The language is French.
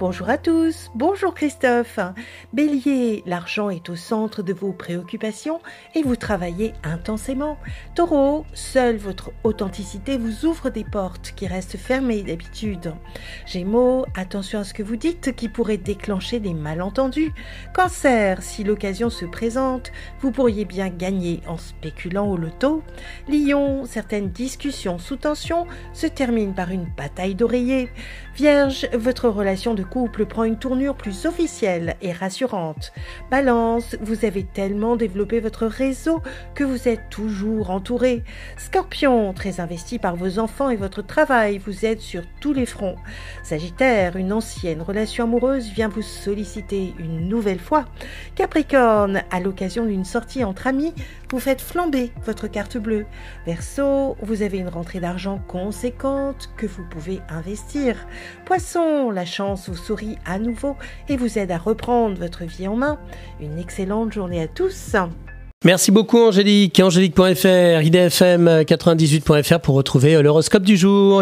Bonjour à tous, bonjour Christophe. Bélier, l'argent est au centre de vos préoccupations et vous travaillez intensément. Taureau, seule votre authenticité vous ouvre des portes qui restent fermées d'habitude. Gémeaux, attention à ce que vous dites qui pourrait déclencher des malentendus. Cancer, si l'occasion se présente, vous pourriez bien gagner en spéculant au loto. Lion, certaines discussions sous tension se terminent par une bataille d'oreiller. Vierge, votre relation de couple prend une tournure plus officielle et rassurante. Balance, vous avez tellement développé votre réseau que vous êtes toujours entouré. Scorpion, très investi par vos enfants et votre travail, vous êtes sur tous les fronts. Sagittaire, une ancienne relation amoureuse vient vous solliciter une nouvelle fois. Capricorne, à l'occasion d'une sortie entre amis, vous faites flamber votre carte bleue. Verseau, vous avez une rentrée d'argent conséquente que vous pouvez investir. Poisson, la chance vous sourit à nouveau et vous aide à reprendre votre vie en main. Une excellente journée à tous. Merci beaucoup Angélique. Angélique.fr, idfm98.fr pour retrouver euh, l'horoscope du jour.